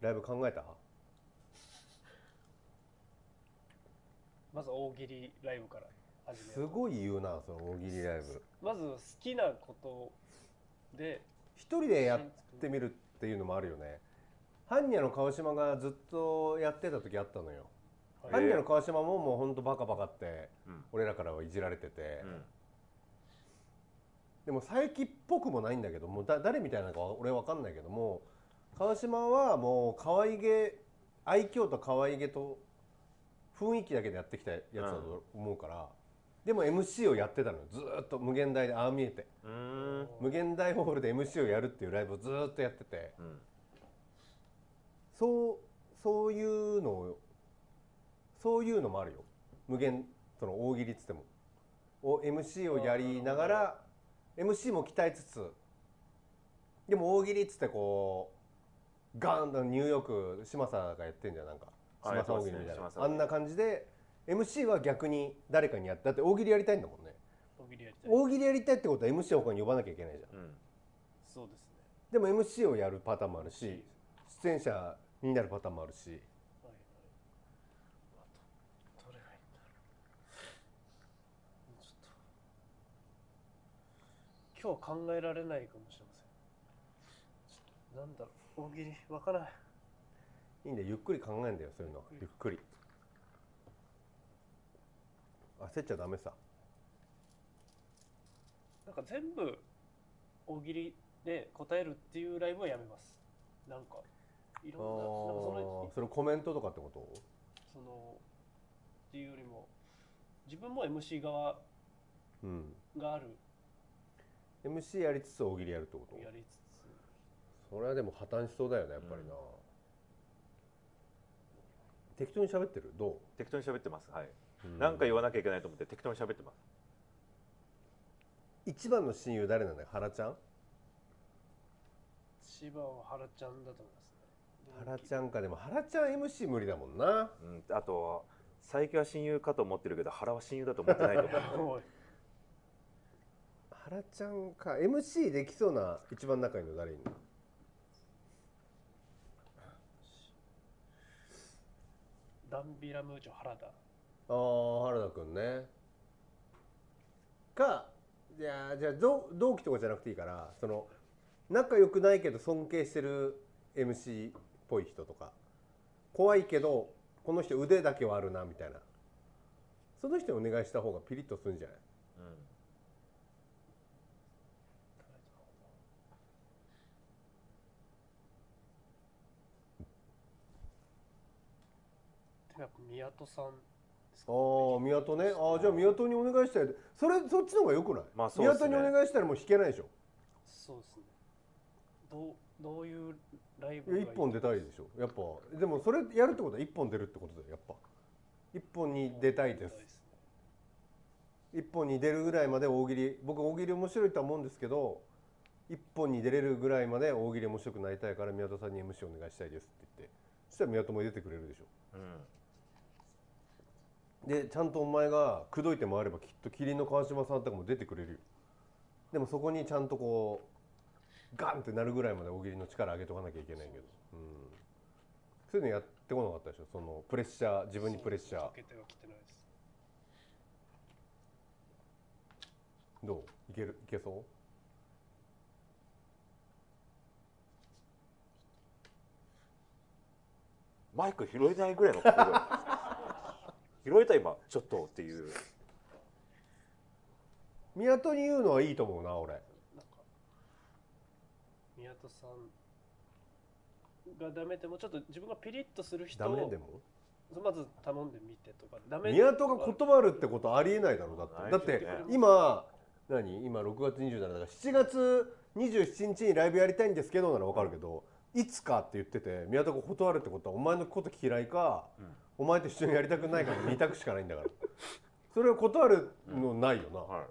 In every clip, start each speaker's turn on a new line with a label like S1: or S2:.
S1: ライブ考えた
S2: まず大喜利ライブから始め
S1: す
S2: よう
S1: ごい言うなその大喜利ライブ
S2: まず好きなことで
S1: 一人でやってみるっていうのもあるよねハンニャの川島がずっとやってた時あったのよ、
S2: はい
S1: ハンニャの川島ももうほんとバカバカって
S3: うん
S1: 俺らからはいじられてて、
S3: うん
S1: でも佐伯っぽくもないんだけどもうだ誰みたいなのかは俺わかんないけども川島はもう可愛げ愛嬌と可愛げと雰囲気だけでやってきたやつだと思うから、でも MC をやってたのよずーっと無限大でああ見えて
S3: うーん
S1: 無限大ホールで MC をやるっていうライブをずーっとやってて
S3: うん
S1: そうそういうのをそういうのもあるよ無限その大喜利っつってもを MC をやりながら MC も鍛えつつでも大喜利っつってこうガーンとニューヨーク嶋佐がやってんじゃんなんか
S3: あ
S1: 嶋佐大喜利みたい
S3: やって
S1: な
S3: ますね
S1: あんな感じで MC は逆に誰かにやってだって大喜利やりたいんだもんね
S2: 大喜利やりたい
S1: 大喜利やりたいってことは MC を他に呼ばなきゃいけないじゃん
S3: うん
S2: そうですね、
S1: でも MC をやるパターンもあるし出演者になるパターンもあるし
S2: はいはい、あとどれがいいんだろうもうちょっと今日考えられないかもしれませんちょっとなんだろう大喜利わからない
S1: いいんだよゆっくり考えんだよそういうのはゆっくり焦っちゃダメさ
S2: なんか全部大喜利で答えるっていうライブはやめますなんかい
S1: あ
S2: ろんななんかそ
S1: ー
S2: の
S1: それコメントとかってこと
S2: そのっていうよりも自分も MC 側
S1: うん
S2: がある
S1: MC やりつつ大喜利やるってこと
S2: やりつつ
S1: それはでも破綻しそうだよねやっぱりな、適当に喋ってるど
S3: 適当に喋ってますはい、
S1: う、
S3: なんか言わなきゃいけないと思って適当に喋ってます
S1: 一番の親友誰なんだよ原ちゃん
S2: 千葉は原ちゃんだと思いますね
S1: 原ちゃんかでも原ちゃん MC 無理だもんな
S3: うん、あと佐伯は親友かと思ってるけど原は親友だと思ってないと 思 う
S2: おい
S1: 原ちゃんか MC できそうな一番仲いいの誰いんの
S2: ダンビラムーチョ原田
S1: ああ原田君ねかいやーじゃあ同同期とかじゃなくていいからその仲良くないけど尊敬してる MC っぽい人とか怖いけどこの人腕だけはあるなみたいなその人にお願いした方がピリッとするんじゃない
S2: でもやっぱ宮戸さんですか
S1: ああ宮戸ねああじゃあ宮戸にお願いしたいそれそっちの方がよくない、
S3: まあそうっすね
S1: 宮戸にお願いしたらもう弾けないでしょ
S2: そうですねどうどういうライ
S1: い
S2: ブ
S1: や
S2: がいい
S1: 一本出たいでしょやっぱでもそれやるってことは一本出るってことだよやっぱ一本に出たいです
S2: ね
S1: 一本に出るぐらいまで大喜利僕大喜利面白いとは思うんですけど一本に出れるぐらいまで大喜利面白くなりたいから宮田さんに MC お願いしたいですって言ってそしたら宮田も出てくれるでしょ
S3: うん、うん、
S1: でちゃんとお前が口説いて回ればきっと麒麟の川島さんとかも出てくれるよでもそこにちゃんとこうガンってなるぐらいまで大喜利の力上げとかなきゃいけないけどうんそういうのやってこなかったでしょそのプレッシャー自分にプレッシャ
S2: か
S1: ー
S2: けてはきてないです
S1: どういけるいけそう
S3: マイク拾えないぐらいの声拾えた今ちょっとっていう
S1: 宮戸に言うのはいいと思うな俺
S2: なんか宮戸さんがダメでもちょっと自分がピリッとする人
S1: ダメで
S2: を
S1: も
S2: まず頼んでみてとかダメ
S1: 宮戸が断るってことありえないだろだってだ
S3: ない
S1: っ
S3: ですよね
S1: て今何今6月27だから7月27日にライブやりたいんですけどなら分かるけどいつかって言ってて宮戸が断るってことはお前のこと嫌いか、お前と一緒にやりたくないかの2択しかないんだからそれを断るのないよな、
S3: は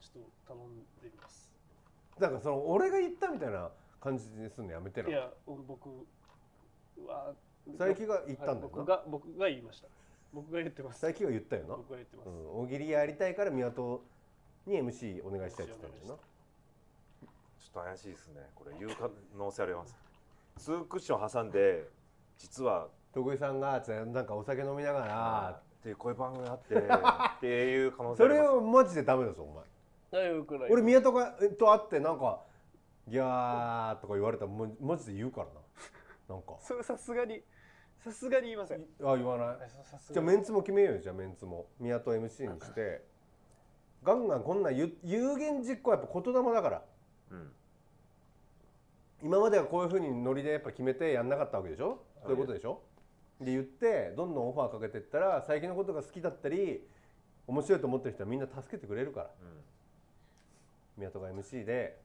S2: ちょっと頼んでみます
S1: なんかその俺が言ったみたいな感じにすんのやめて
S2: い
S1: な
S2: や僕は
S1: 佐伯が言ったんだよ
S2: 僕
S1: な
S2: が僕が言いました僕が言ってます
S1: 佐伯が言ったよな、
S2: 僕が言ってます、
S1: うん、大喜利やりたいから宮戸に MC お願いしたいって言ったんだよない
S3: ちょっと怪しいですねこれ言う可能性ありますツークッション挟んで実は
S1: 徳井さんがつってなんかお酒飲みながら
S3: ってこういう番組があってっていう可能性
S1: そ
S3: あり
S1: れ
S3: ます
S1: はマジでダメだぞお前
S2: だよくない
S1: 俺宮戸がと会ってなんか「ギャー」とか言われたらもうマジで言うからななんか
S2: それさすがにさすがに言いません
S1: あ言わないじゃあメンツも決めようよじゃあメンツも宮戸 MC にしてガンガンこんなん言う有言実行はやっぱ言霊だから
S3: うん
S1: 今まではこういうふうにノリでやっぱ決めてやんなかったわけでしょそういうことでしょで言ってどんどんオファーかけてったら最近のことが好きだったり面白いと思ってる人はみんな助けてくれるから
S3: うん
S1: 宮戸が MC で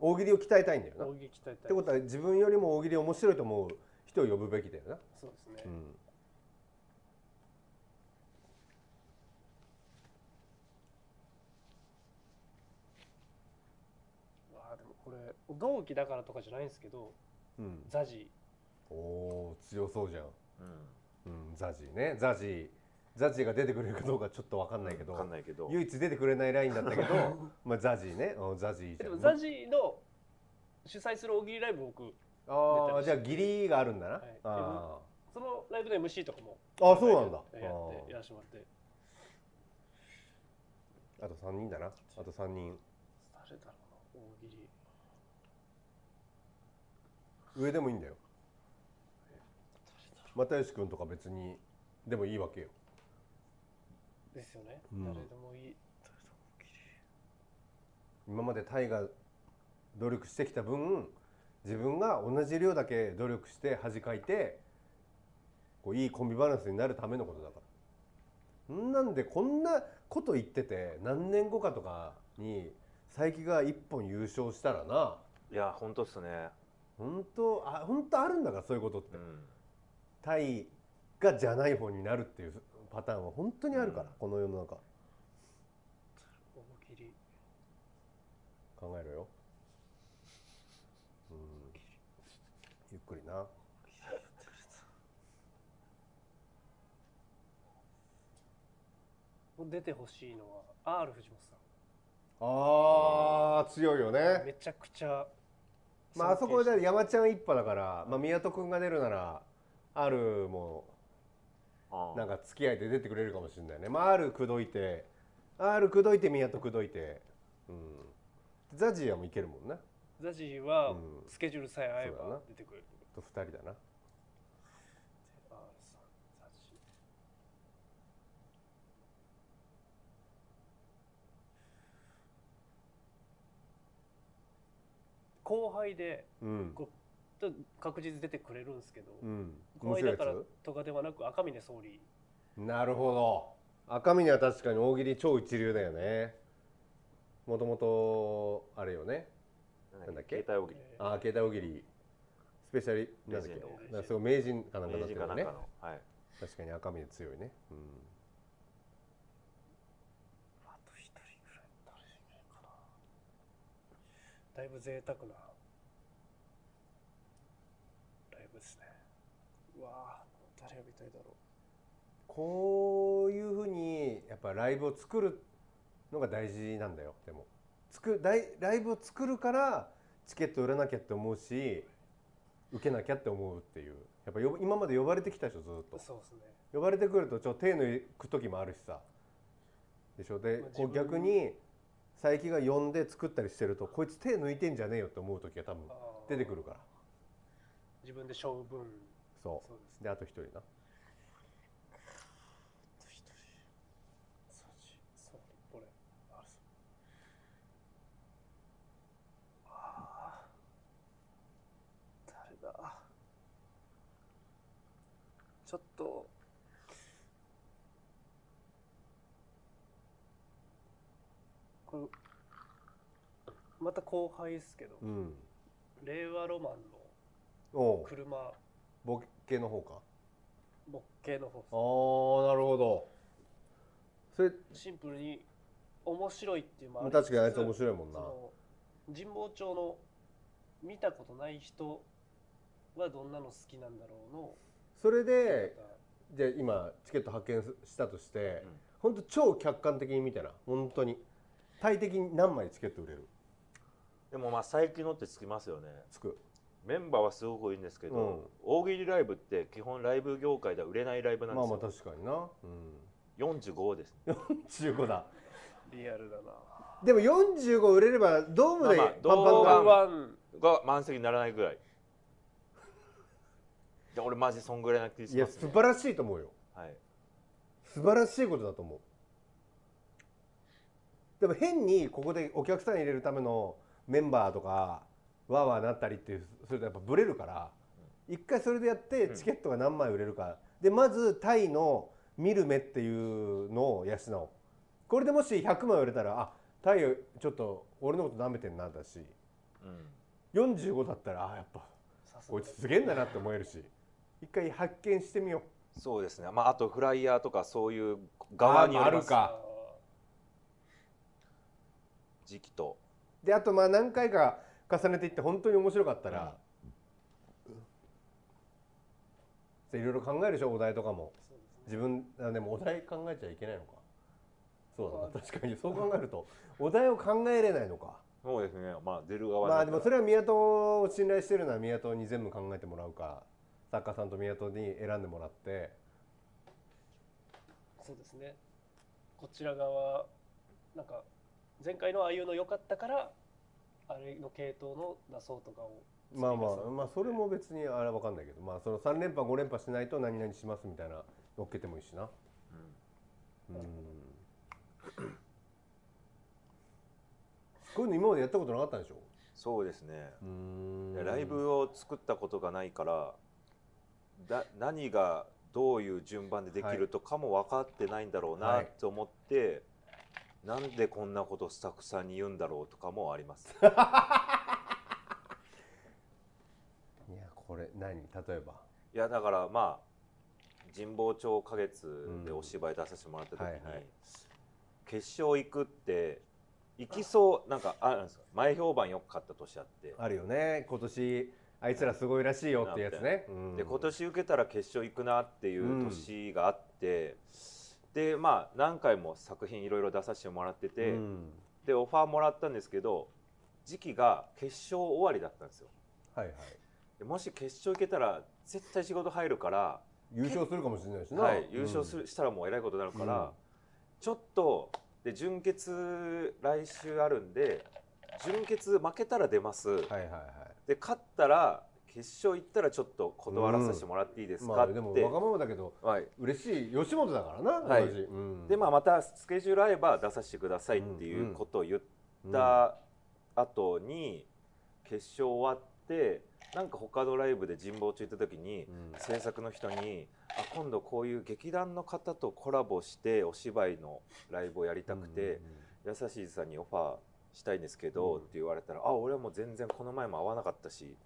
S1: 大喜利を鍛えたいんだよな
S2: 攻撃鍛え
S1: ったて
S2: い
S1: ことは自分よりも大喜利面白いと思う人を呼ぶべきだよな、
S2: そうですね、
S1: うん、
S2: わあでもこれ同期だからとかじゃないんですけど
S1: うん、
S2: ザジ
S1: おー強そうじゃん、
S3: うん
S1: うん、ザジーねザジーザジーが出てくれるかどうかちょっと分かんないけど、
S3: わかんないけど
S1: 唯一出てくれないラインだったけど まあザジーねうんザジーいいじ
S2: ーで
S1: ゃ
S2: も
S1: ん
S2: ザジーの主催する大喜利ライブ僕
S1: あ
S2: 出た
S1: あ
S2: り
S1: じゃあ義理があるんだな、
S2: い
S1: あ
S2: そのライブで MC とかも
S1: ーあそうなんだ
S2: やってやらせてもらって
S1: あーあと3人だなあと3人
S2: 誰だろうな大喜利
S1: 上でもいいんだよ又吉君とか別にでもいいわけよ
S2: ですよね、
S1: うん
S2: 誰でもいい誰でも大喜利
S1: 今までタイが努力してきた分自分が同じ量だけ努力して恥かいてこういいコンビバランスになるためのことだからんなんでこんなこと言ってて何年後かとかに佐伯が一本優勝したらない
S3: や本当っすね
S1: 本当あ本当あるんだからそういうことって、
S3: うん
S1: タイがじゃない方になるっていうパターンは本当にあるから、
S3: うん
S1: この世の中
S2: 大喜利
S1: 考えろよ、うん、ゆっくりな
S2: 出てほしいのは R 藤本さん
S1: あー強いよね
S2: めちゃくちゃ
S1: まああそこで
S2: 尊敬して
S1: 山ちゃん一派だから、まあ、宮戸君が出るならあるも
S3: あ
S1: なん
S3: か
S1: か付き合いで出てくれるかもしれないねまあある口説いてある口説いて宮戸口説いてうんザジーはもういけるもんな
S2: ザジーは
S1: うん
S2: スケジュールさえ合え
S1: そうだ
S2: ば
S1: な
S2: 出てくる、
S1: と2人だな
S2: R さんザジー後輩で
S1: うん
S2: こうちょっと確実に出てくれるんですけど、
S1: うん
S2: 後
S1: 面
S2: 輩
S1: 白い
S2: だ
S1: や
S2: から
S1: つ
S2: とかではなく赤嶺総理
S1: なるほど赤峰は確かに大喜利超一流だよねもともとあれよねなんだっけ
S3: 携帯大喜利
S1: あー携帯大喜利スペシャリなんだっけ
S3: レジェン
S2: ド
S1: なんかすごい名人かなんかだ
S3: 明
S1: ったよ
S3: 治かなん
S1: ね
S3: かのはい
S1: 確かに赤身で強いね、うん、
S2: あと一人ぐらい誰がいいかなだいぶ贅沢なライブですねうわあ誰が見たいだろ
S1: こういうふうにやっぱライブを作るのが大事なんだよでもつくライライブを作るからチケット売らなきゃって思うし受けなきゃって思うっていうやっぱよ今まで呼ばれてきたでしょずーっ
S2: う
S1: と
S2: そうですね
S1: 呼ばれてくるとちょっと手抜く時もあるしさでしょで
S2: まあ
S1: こう
S2: 自分
S1: 逆に佐伯が呼んで作ったりしてるとこいつ手抜いてんじゃねえよって思う時が多分
S2: あー
S1: 出てくるから
S2: 自分で勝負分
S1: そ
S2: そうです
S1: うであと一人な
S2: あと一人サジ総理俺あれあー誰だちょっとこれまた後輩ですけど、
S1: うん
S2: 令和ロマン
S1: お
S2: の
S1: う
S2: 車
S1: ボケの方か
S2: ボッケの方
S1: あーなるほどそれ
S2: シンプルに面白いっていうもありつつ
S1: 確かにあいつ面白いもんな
S2: その神保町の見たことない人はどんなの好きなんだろうの、
S1: それでじゃあ今チケット発見したとして、
S3: う
S1: ほ
S3: ん
S1: ん、本当超客観的に見たら本当に体的に何枚チケット売れる
S3: でもまあ最近のってつきますよね
S1: つく
S3: メンバーはすごくいいんですけど、
S1: うん
S3: 大喜利ライブって基本ライブ業界では売れないライブなん
S1: ま
S3: で
S1: あ
S3: す
S1: まあ
S3: よ、
S1: 確かにな、
S3: 45です、ね、
S1: うん、45だ
S2: リアルだな。
S1: でも45売れればドームで
S3: ま
S1: パ
S3: あ
S1: ン
S3: まあ
S1: パン
S3: 動画
S1: か、
S3: は
S2: ワン
S3: が満席にならないぐ らいで俺マジそんぐらいな気し
S1: いや
S3: ます、
S1: 素
S3: ね
S1: 晴らしいと思うよ
S3: はい、
S1: 素晴らしいことだと思うでも変にここでお客さん入れるためのメンバーとかわーわーなったりっていうそれとやっぱブレるから一回それでやって
S3: うん
S1: チケットが何枚売れるか、でまずタイの見る目っていうのを養おうこれでもし100枚売れたらあタイちょっと俺のこと舐めてんなだし
S3: うん、
S1: 45だったらあやっぱ
S2: さす
S1: こ
S2: が
S1: いつすげえんだなって思えるし一回発見してみよ
S3: そうですねまああとフライヤーとかそういう
S1: う
S3: 側により
S1: あ
S3: ま
S1: る
S3: す
S1: か
S3: 時期と
S1: であとまあ何回か重ねていって本当に面白かったら、でいろいろ考えるでしょお題とかも
S2: そうで
S1: 自
S2: すね
S1: 分あでもお題考えちゃいけないのかそうだ
S2: ま
S1: な確かにそう考えるとお題を考えれないのか
S3: そうですねまあ出る側
S1: まあでもそ
S3: れ
S1: れは宮戸を信頼してるのは宮戸に全部考えてもらうか作家さんと宮戸に選んでもらって
S2: そうですね。こちら側、なんか、前回のああいうの良かったから、あれの系統の出そうとかを。
S1: まあまあ
S2: 積み重ねて
S1: まあそれ。も別にあれは分かんないけどまあその3連覇5連覇しないと何々しますみたいな乗っけてもいいしなうんこういうの今までやったことなかったんでしょ
S3: そうですね
S1: うん
S3: ライブを作ったことがないからだ何がどういう順番でできるとかも分かってないんだろう
S1: は
S3: ないと思って、なんでこんなことスタッフさんに言うんだろうとかもあ ります。
S1: いやこれ何例えば
S3: いやだからまあ神保町花月でお芝居出させてもらった時に、
S1: うんはいはい
S3: 決勝行くって行きそうなんかあるんですか前評判良かった年あって、
S1: あるよね今年あいつらすごいらしいよってやつね、うん
S3: で今年受けたら決勝行くなっていう年があって、でまあ何回も作品いろいろ出させてもらってて、
S1: うん
S3: でオファーもらったんですけど時期が決勝終わりだったんですよ
S1: はいはい
S3: でもし決勝行けたら絶対仕事入るから、
S1: 優勝するかもしれないしな、
S3: はい、優勝す
S1: る、
S3: る、したらもうえらいことになるから、
S1: うん
S3: ちょっとで準決来週あるんで準決負けたら出ます、
S1: はいはいは
S3: で勝ったら決勝行ったらちょっと断らさせてもらっていいで
S1: い
S3: す
S1: ま
S3: か
S1: あ
S3: って、
S1: でもわがままだけど
S3: はい、
S1: 嬉しい吉本だからな、
S3: はい
S1: 同じうん
S3: でまあまたスケジュール合えば出させてくださいっていうことを言った後に決勝終わってなんか他のライブで神保中行った時に
S1: うん
S3: 制作の人に「あ今度こういう劇団の方とコラボしてお芝居のライブをやりたくて優しいさんにオファーしたいんですけど」
S1: うん
S3: って言われたら「あ俺はもう全然この前も会わなかったし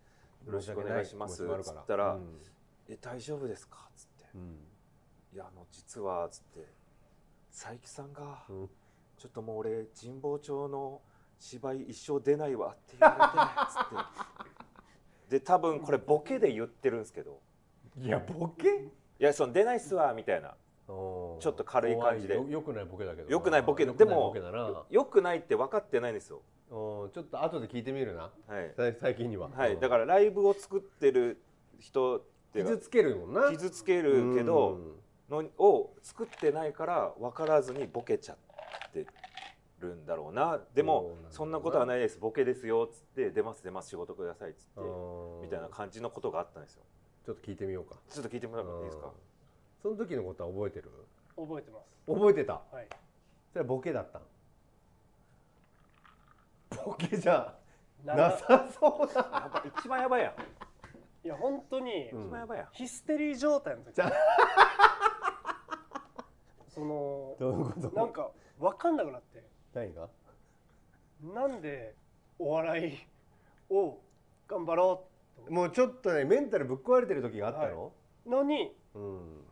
S1: う
S3: よ
S1: ん
S3: ろしくお願いします」
S1: 申訳ない
S3: つ
S1: 気持ちもあるから
S3: ったら
S1: う
S3: 「
S1: ん
S3: え大丈夫ですか?」つって
S1: うん
S3: 「いやあの実は」つって「佐伯さんが」
S1: うん
S3: ちょっともう俺神保町の芝居一生出ないわって言われ てつってで多分これボケで言ってるんですけど
S1: いやボケ
S3: いやその出ないっすわみたいな
S1: ょ
S3: ちょっと軽い感じで
S1: よよくないボケだけど
S3: 良くないボケ
S1: 良
S3: で
S1: くないボ
S3: も
S1: ケだな
S3: よ良くないって分かってないんですよ
S1: うんちょっと後で聞いてみるな
S3: はい、
S1: さい最近には
S3: はい、だ
S1: か
S3: からライブを作ってる人って
S1: 傷つけるもんな
S3: 傷つけるけどのを作ってないから分からずにボケちゃってるんだろうな
S1: そ
S3: で
S1: う
S3: も
S1: なんだ
S3: そんなことはないですボケですよっつって出ます出ます仕事くださいっつって
S1: うん
S3: みたいな感じのことがあったんですよ
S1: ちょっと聞いてみようか
S3: ちょっと聞いてもらっていいです
S1: う
S3: か
S1: んその時のことは覚えてる
S2: 覚えてます。
S1: 覚えてた
S2: はい。
S1: それはボケだったんボケじゃ
S2: な
S1: なさそう だ
S3: やばい一番やばいやん、
S2: いや、本当に、
S1: うん
S3: 一番やばいやん
S2: ヒステリー状態の時
S1: じゃ。
S2: その、
S1: どういうこと
S2: なんか、わかんなくなって、
S1: 何が
S2: なんで、お笑いを頑張ろうと思
S1: も
S2: っ
S1: うちょっとねメンタルぶっ壊れてる時があったの
S2: てのに、
S1: うん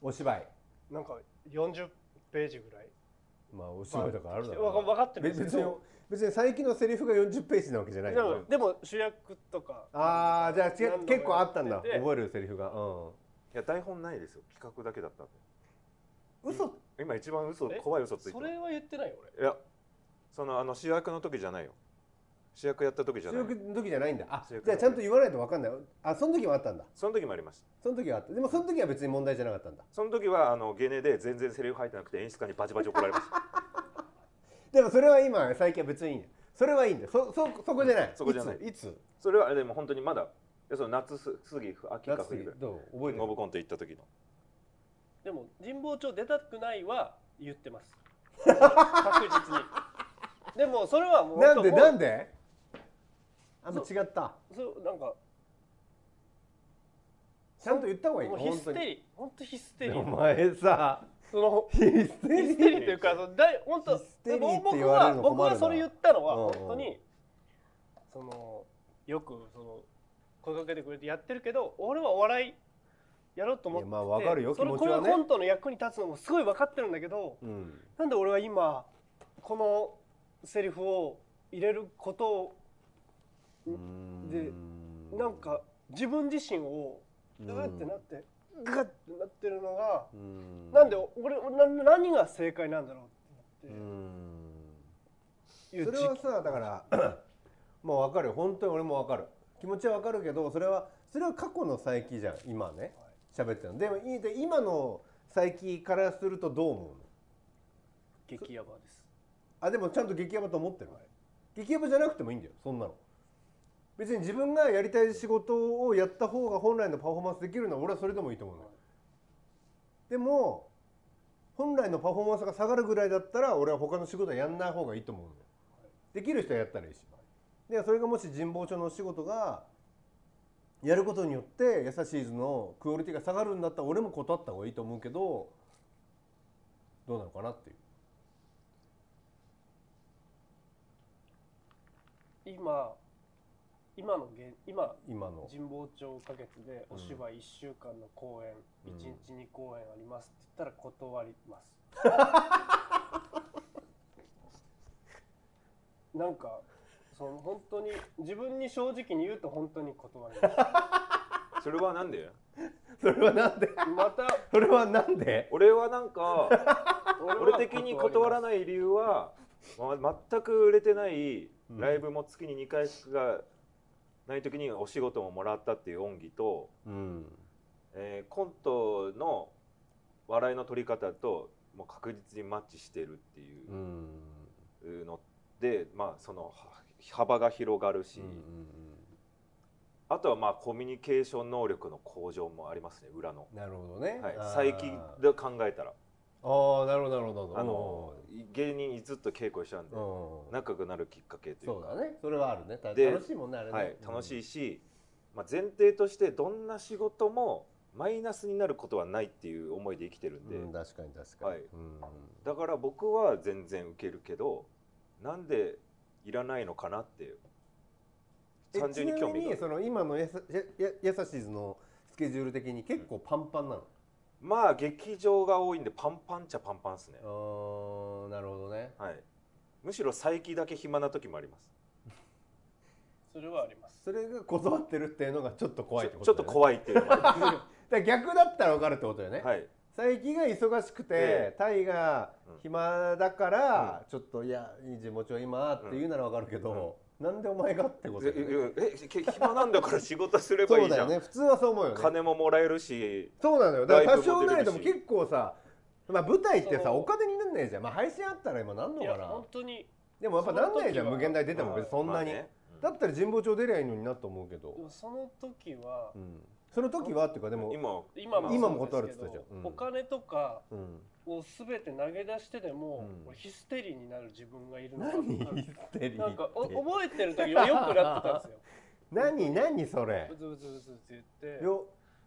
S1: お芝居
S2: なんか、40ページぐらい。
S1: まあお芝居だからあるだろうな
S2: わか分かってるんですけ
S1: 別に
S2: ど。
S1: 別に最近のセリフが40ページなわけじゃない
S2: で
S1: よな
S2: もでも主役とか
S1: ああじゃあ違
S2: 何度
S1: う
S2: も
S1: 結構あったんだ
S2: やってて
S1: 覚えるセリフがうん
S3: いや台本ないですよ企画だけだったんで
S1: 嘘
S3: 今一番嘘
S2: え
S3: 怖い嘘ついて
S2: そ
S3: る
S2: れは言ってないよ
S3: いやそのあの主役の時じゃないよ主役やった時じゃ
S1: 収
S3: ない
S1: 録の時じゃないんだあ
S3: 収録
S1: じゃあちゃんと言わないと分かんないあその時もあったんだ
S3: その時もありました
S1: その時はあったでもその時は別に問題じゃなかったんだ
S3: その時はあのゲネで全然セリフ入ってなくて演出家にバチバチ怒られました
S1: でもそれは今最近は別にいいんだよそれはいいんだよそそそこじゃない、
S3: そこじゃない
S1: いついつ
S3: それはでも本当にまだいやその夏す過ぎ秋か
S1: 夏過
S3: 冬
S1: ぎ
S3: ぐらい
S1: どう覚えて
S3: ノブ
S1: る
S3: コント行った時の
S2: でも神保町出たくないは言ってます確実にでもそれはもう
S1: なんでなんんであんま違った
S2: そうなんか
S1: ちゃんと言った方がいい
S2: も
S1: よ
S2: うヒ
S1: 本
S2: ス
S1: 当
S2: テ
S1: に
S2: リー本当ヒステリ
S1: お
S2: ー
S1: 前さ
S2: その
S1: ヒステリ
S2: ヒ
S1: ー
S2: ステリーというかそのだい本当
S1: ヒステリー
S2: でも
S1: って
S2: 僕
S1: 言われ
S2: は
S1: るの困るな
S2: 僕はそれ言ったのは
S1: うんうん
S2: 本当に、そのよくその声かけてくれてやってるけど俺はお笑いやろうと思って
S1: い
S2: て、
S1: やまあわかるよ
S2: それ
S1: 気持ち
S2: これ
S1: は
S2: が
S1: ね
S2: コントの役に立つのもすごい分かってるんだけど
S1: うん
S2: なんで俺は今このセリフを入れることをでなんか自分自身をうーってなってグッてなってるのが
S1: うん
S2: なんで俺な何が正解なんだろうっ
S1: うん
S2: ていう
S1: それはさだからもう分かるよ本当に俺も分かる気持ちは分かるけどそれはそれは過去の佐伯じゃん今ね喋ってるのでもいいで今の佐伯からするとどう思うの
S2: 激ヤバです
S1: あでもちゃんと激ヤバと思ってる、激ヤバじゃなくてもいいんだよそんなの別に自分がやりたい仕事をやった方が本来のパフォーマンスできるのは俺はそれでもいいと思うのよ、
S2: は
S1: でも本来のパフォーマンスが下がるぐらいだったら俺は他の仕事はやんない方がいいと思うのよ、できる人はやったらいいし、でそれがもし神保町のお仕事がやることによって優しい図のクオリティが下がるんだったら俺も断った方がいいと思うけどどうなのかなっていう
S2: 今今の現今
S1: 今の
S2: 神保町花月でお芝居1週間の公演、
S1: うん
S2: 一1日2公演ありますって言ったら断ります、 なんかその本当に自分に正直に言うと本当に断りま
S3: それはなんで
S1: それはなんです
S2: また
S1: それはなんで
S3: 俺はなんか
S2: 俺は
S3: 俺的に断ら
S2: い
S3: ない理由は、ま、全く売れてない
S1: うん
S3: ライブも月に2回しかない時にお仕事ももらったっていう恩義と、
S1: うん
S3: えーコントの笑いの取り方ともう確実にマッチしてるっていううんうので、まあそのは幅が広がるし、あとはまあコミュニケーション能力の向上もありますね裏の、
S1: なるほどね、
S3: はい
S1: あー、
S3: 最近で考えたら
S1: ああなるほどなるほどな
S3: あ
S1: る
S3: の
S1: ほ
S3: 芸人ずっと稽古したんで
S1: どうん
S3: 仲良くなるきっかけという
S1: そ
S3: か
S1: うだねそれはあるねた
S3: で
S1: 楽しいもんねあれね、
S3: はい、楽し
S1: い
S3: いし、まあ、前提としてどんな仕事もマイナスになることはないっていう思いで生きてるんで、
S1: うん、確かに確かに、
S3: はい
S1: うん
S3: だから僕は全然受けるけどなんでいらないのかなっていう
S1: え
S3: 単純に興
S1: ちな
S3: 味
S1: みに
S3: が
S1: その今のやさやややさしずのスケジュール的に結構パンパンなの、
S3: まあ劇場が多いんでパンパンっちゃパンパンっすね、
S1: あーなるほどね
S3: はい、むしろ最近だけ暇な時もあります
S2: それはあります
S1: それが断ってるっていうのがちょっと怖いってこ
S3: ちょ
S1: と
S3: っ
S1: だよね
S3: と怖いっていうのもあ
S1: だから逆だったら分かるってことだよね、
S3: るはい
S1: 最近が忙しくて、
S3: え
S1: タイが暇だから、ちょっといやいい地持ちを今って言うならわかるけど、なんでお前がってことだよね
S3: えええ暇なんだから仕事すればい
S1: そう
S3: い
S1: だ
S3: じゃ
S1: よ
S3: ん、
S1: ね普通はそう思うよね
S3: 金ももらえるし
S1: そうなのよだから多
S3: ライブも
S1: 少
S3: 出れ
S1: な
S3: る
S1: り
S3: し
S1: とも結構さ、まあ、舞台って
S2: そ
S1: さ
S2: う
S1: お金になんないじゃん、まあ、配信あったら今なんの
S2: い
S1: か
S2: や
S1: な
S2: 本当に
S1: でもやっぱなんないじゃん
S2: その時は
S1: 無限大出ても別にそんなに、
S3: まあねうん
S1: だったら神保町出りゃいいのになと思うけど
S2: で、もその時は
S1: うんその時はっていうかでも
S3: 今
S2: 今も
S1: 今も
S2: そうですけ
S1: 断るって言ってたじゃんうん
S2: どお金とか
S1: うん
S2: を全て投げ出してでも、
S1: うん
S2: 俺ヒステリーになる自分がいるのが
S1: 何
S2: 分かる
S1: 言ってる
S2: なんかお覚えてる時はよくなってたんです よ。
S1: 何何それ
S2: ブツブツブツって言って
S1: 病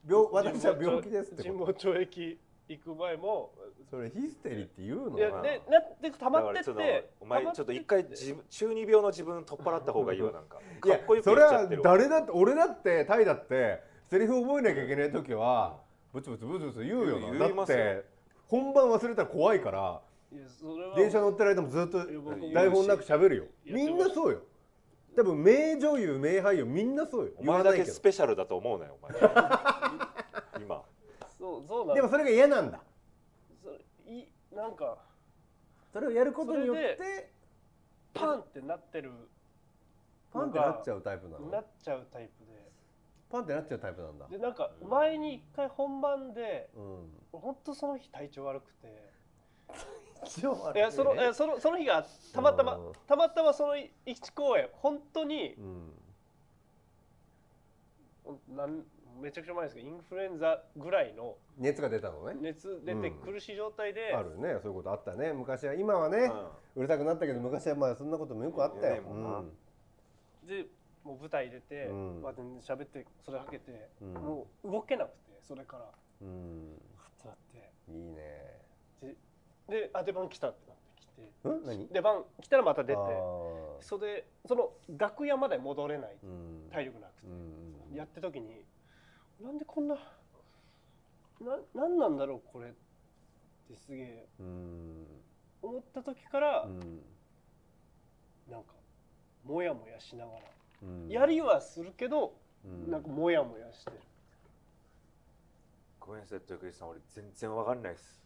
S1: 病私は病気ですって
S2: 神
S1: こと
S2: 保町駅行く前も
S1: それヒステリーって言うの
S2: いや
S3: まあ
S2: でなで溜まってっ
S3: だから
S2: て
S3: お前
S2: 溜ま
S3: ちょっと
S2: て
S3: 一
S2: て
S3: 回自分中二病の自分取っ払った方がいいわなんか
S1: い
S3: か
S1: や
S3: っこよく
S1: そ
S3: 言っ
S1: れ
S3: ちゃ
S1: は
S3: ってるわ
S1: 誰だって俺だってタイだってセリフ覚えなきゃいけない時はブツブツブツブツ言うよ
S3: 言
S1: な
S3: う言い
S1: だっ
S3: ますよ
S1: て本番忘れたら怖いから
S2: いやそれは
S1: 電車乗ってる間もずっと
S2: いや僕も
S1: 台本なく喋るよ
S2: いやで
S1: み
S2: も
S1: んなそうよ多分名女優名俳優みんなそうよ
S3: お
S1: 言わ
S3: 前
S1: な
S3: だ
S1: い
S3: け
S1: けど
S3: スペシャルだと思うなよお 前今
S2: そうそうなん
S1: でもそれが嫌なんだ
S2: それいなんか
S1: それをやることによっ
S2: それ
S1: て
S2: パンってなってる
S1: パンってなっちゃうタイプな
S2: な
S1: の
S2: っちゃうタイプで
S1: パンってなっちゃうタイプなんだ
S2: でなんか前に一回本番で
S1: うん
S2: 本当その日体調悪くて
S1: 一応あ
S2: いやそのいやそのその日がたまたま
S1: うん
S2: たまたまその一公演本当に
S1: うん
S2: なんめちゃくちゃ前ですけどインフルエンザぐらいの
S1: 熱が出たのね
S2: 熱出て苦しい状態で、
S1: あるねそういうことあったね昔は今はね、う
S3: う
S1: んるさくなったけど昔はまあそんなこともよくあったよ
S3: ね、もうな
S2: でもう舞台出て、
S1: うん
S2: まあ、全然喋ってそれはけて、
S1: うん
S2: もう動けなくてそれから
S1: うん
S2: ってなって
S1: うんいいね
S2: であ出番来たってなってきて
S1: うん何
S2: 出番来たらまた出て
S1: あー
S2: それでその楽屋まで戻れない
S1: うん
S2: 体力なくて
S1: う、ん
S2: やって時になんでこんなななんなんだろうこれってすげえ
S1: うん
S2: 思った時から、
S1: うん
S2: なんかモヤモヤしながら、
S1: うん
S2: やりはするけど、
S1: うん
S2: なんかモヤモヤしてる。
S3: ごめんなさい、徳井さん、俺全然わかんない です。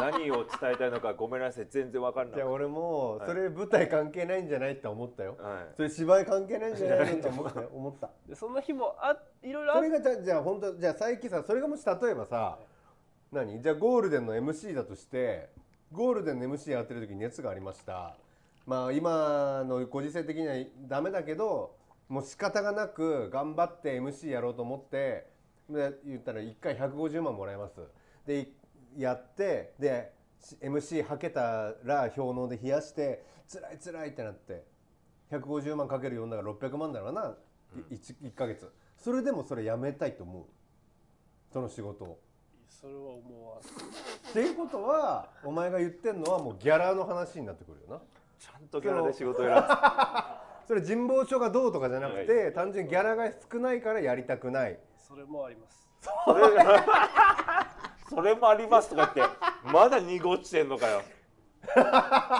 S3: 何を伝えたいのか、ごめんなさい、全然わかんないい。
S1: や
S3: はい。
S1: 俺もそれ舞台関係ないんじゃないって思ったよそれ芝居関係ないんじゃないのって思ったよ思った
S2: でそんな日もあいろいろあ
S1: そ
S2: っ
S1: れがじゃじゃあ本当じゃあ最近さそれがもし例えばさ何じゃあゴールデンの MC だとしてゴールデンの MC やってる時に熱がありましたまあ今のご時世的にはダメだけどもう仕方がなく頑張って MC やろうと思ってで言ったら1回150万もらえますでいやってで MC はけたら氷のうで冷やして辛い辛いってなって150万かける4だから600万だろうな、一一1ヶ月それでもそれやめたいと思うその仕事を
S2: それは思わず
S1: っていうことはお前が言ってんのはもうギャラの話になってくるよな
S3: ちゃんとギャラで仕事を選ぶ。
S1: それ人望書がどうとかじゃなくて、単純にギャラが少ないからやりたくない
S2: それもあります
S3: それそれもありますとか言ってまだ濁してんのかよ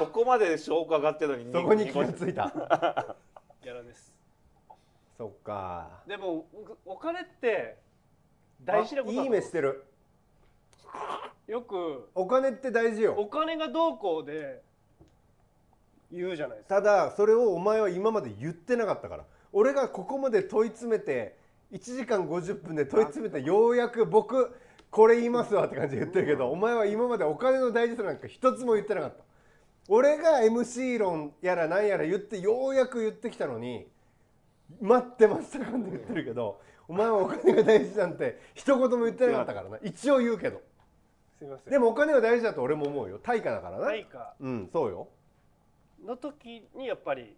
S3: ここまで消化上がってるのに
S1: そこに気
S3: 濁
S1: が
S3: して
S1: つい た
S2: ギャラです
S1: そっか
S2: でもおお金って大事なこと
S1: あ
S2: だ
S1: いい
S2: と思
S1: 目してる
S2: うよく
S1: お金って大事
S2: お
S1: よ
S2: 金がどうこうで言うじゃないですか
S1: ただそれをお前は今まで言ってなかったから俺がここまで問い詰めて1時間50分で問い詰めてようやく僕これ言いますわって感じで言ってるけどお前は今までお金の大事さなんか一つも言ってなかった俺が MC 論やらなんやら言ってようやく言ってきたのに待ってましたかんで言ってるけどお前はお金が大事なんて一言も言ってなかったからな一応言うけど
S2: すみません
S1: でもお金は大事だと俺も思うよ対価だからな、
S2: 何か
S1: うんそうよ
S2: の時にやっぱり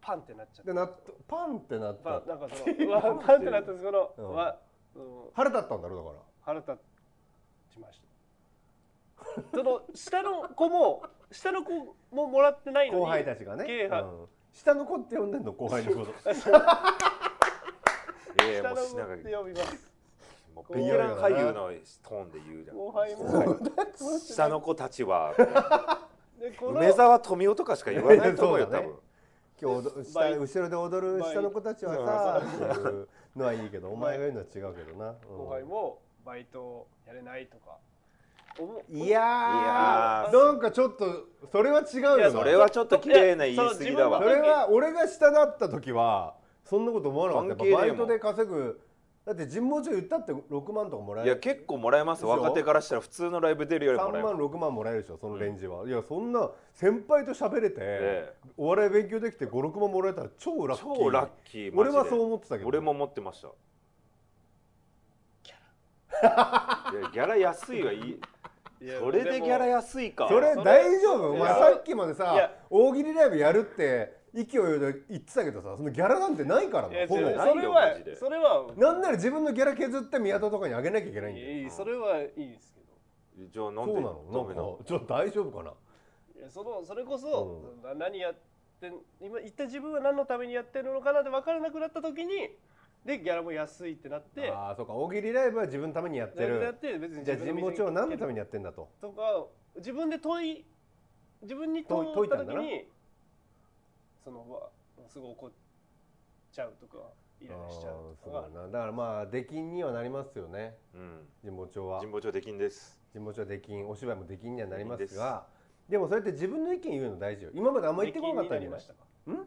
S2: パンってなっちゃっ
S1: で納豆パンってなった
S2: パンなんか そのうわパンってなったんですけど、
S1: うん
S2: わうん
S1: 腹立ったんだろだから
S2: 腹立ちましたその下の子も下の子ももらってないのに
S1: 後輩たちがね、
S2: 経営派
S1: うん下の子って呼んでんの後輩の こと
S3: いや
S2: 下の
S3: いやもう
S2: 子
S3: しなが
S2: って
S3: ら
S2: 呼びます
S3: もうベテラン俳優のトーンで言うじゃ
S2: 後輩も
S3: ん下の子たちは
S2: でこの
S3: 梅沢富美男とかしか言わないと思うよ
S1: いやそ
S3: 多
S1: うだね
S3: 分
S1: 今日踊
S2: バ
S1: 下
S2: イ
S1: 後ろで踊る下の子たちはさっていうのはいいけどお前が言うのは違うけどな、うん
S2: 後輩もバイトやれないとか思う
S1: いや
S3: いや
S1: ー
S3: ー
S1: なんかちょっとそれは違うよ
S2: い
S1: な
S2: や
S3: それはちょっと綺麗な言い過ぎだ
S1: そ
S3: わ
S1: れは俺が下だった時はそんなこと思わなかった
S3: 関
S1: やっぱバ
S3: 係ねえ
S1: イト
S3: もん
S1: で稼ぐだって人望帳言ったって6万とかもらえ
S3: い
S1: る
S3: や結構もらえます
S1: でしょ
S3: 若手からしたら普通のライブ出るよりもら
S1: 3
S3: えま
S1: 万
S3: す
S1: 6万もらえるでしょそのレンジは、いやそんな先輩と喋れて、
S3: え
S1: お笑い勉強できて56万もらえたら超ラッキー
S3: 超ラッキーマジで
S1: 俺はそう思ってたけど
S3: 俺も持ってましたギャラギャラ安いはいい
S2: いや
S3: それでギャラ安いか
S1: それ
S2: それ
S1: 大丈夫お
S2: い
S1: 前
S2: や
S1: さっきまで
S2: い
S1: さ
S2: や
S1: 大喜利ライブやるって息を言う言ってたけどさそのギャラなんてないから
S2: いや
S1: な
S2: そ
S1: ほぼ
S2: れ
S3: ないよマ
S2: は
S3: ジで
S2: それは
S1: なんなら自分のギャラ削って宮田とかにあげなきゃいけないんだよ
S2: いいそれはいいですけど
S3: じゃあなん
S1: そう
S3: で
S1: な
S3: ダ
S1: のなん
S3: メ
S1: か
S3: なの
S1: ちょっと大丈夫かない
S2: やそのそれこそ、な何やってん今言った自分は何のためにやってるのかなって分からなくなった時にでギャラも安いってなって
S1: ああそうか大喜利ライブは自分のためにやって
S2: な
S1: る
S2: くなって別に
S1: じゃあ
S2: 自
S1: 神
S2: 分の
S1: 保町は何のた
S2: に
S1: めにやってんだと
S2: とか自分で問い自分に問い
S1: 問い
S2: た
S1: 解いたん
S2: 時
S1: だな
S2: にそのわすぐ怒っちゃうとかイライラしちゃ
S1: あー
S2: うと
S1: そう
S2: か
S1: だなだからまあ出禁にはなりますよね
S3: うん
S1: 神保町は
S3: 神保町できんです
S1: 神保町は出禁お芝居も出禁にはなりま
S3: 出
S1: す
S3: 禁です
S1: がでもそうやって自分の意見言うの大事よ今まであんま言ってこなかったんじゃない
S2: たか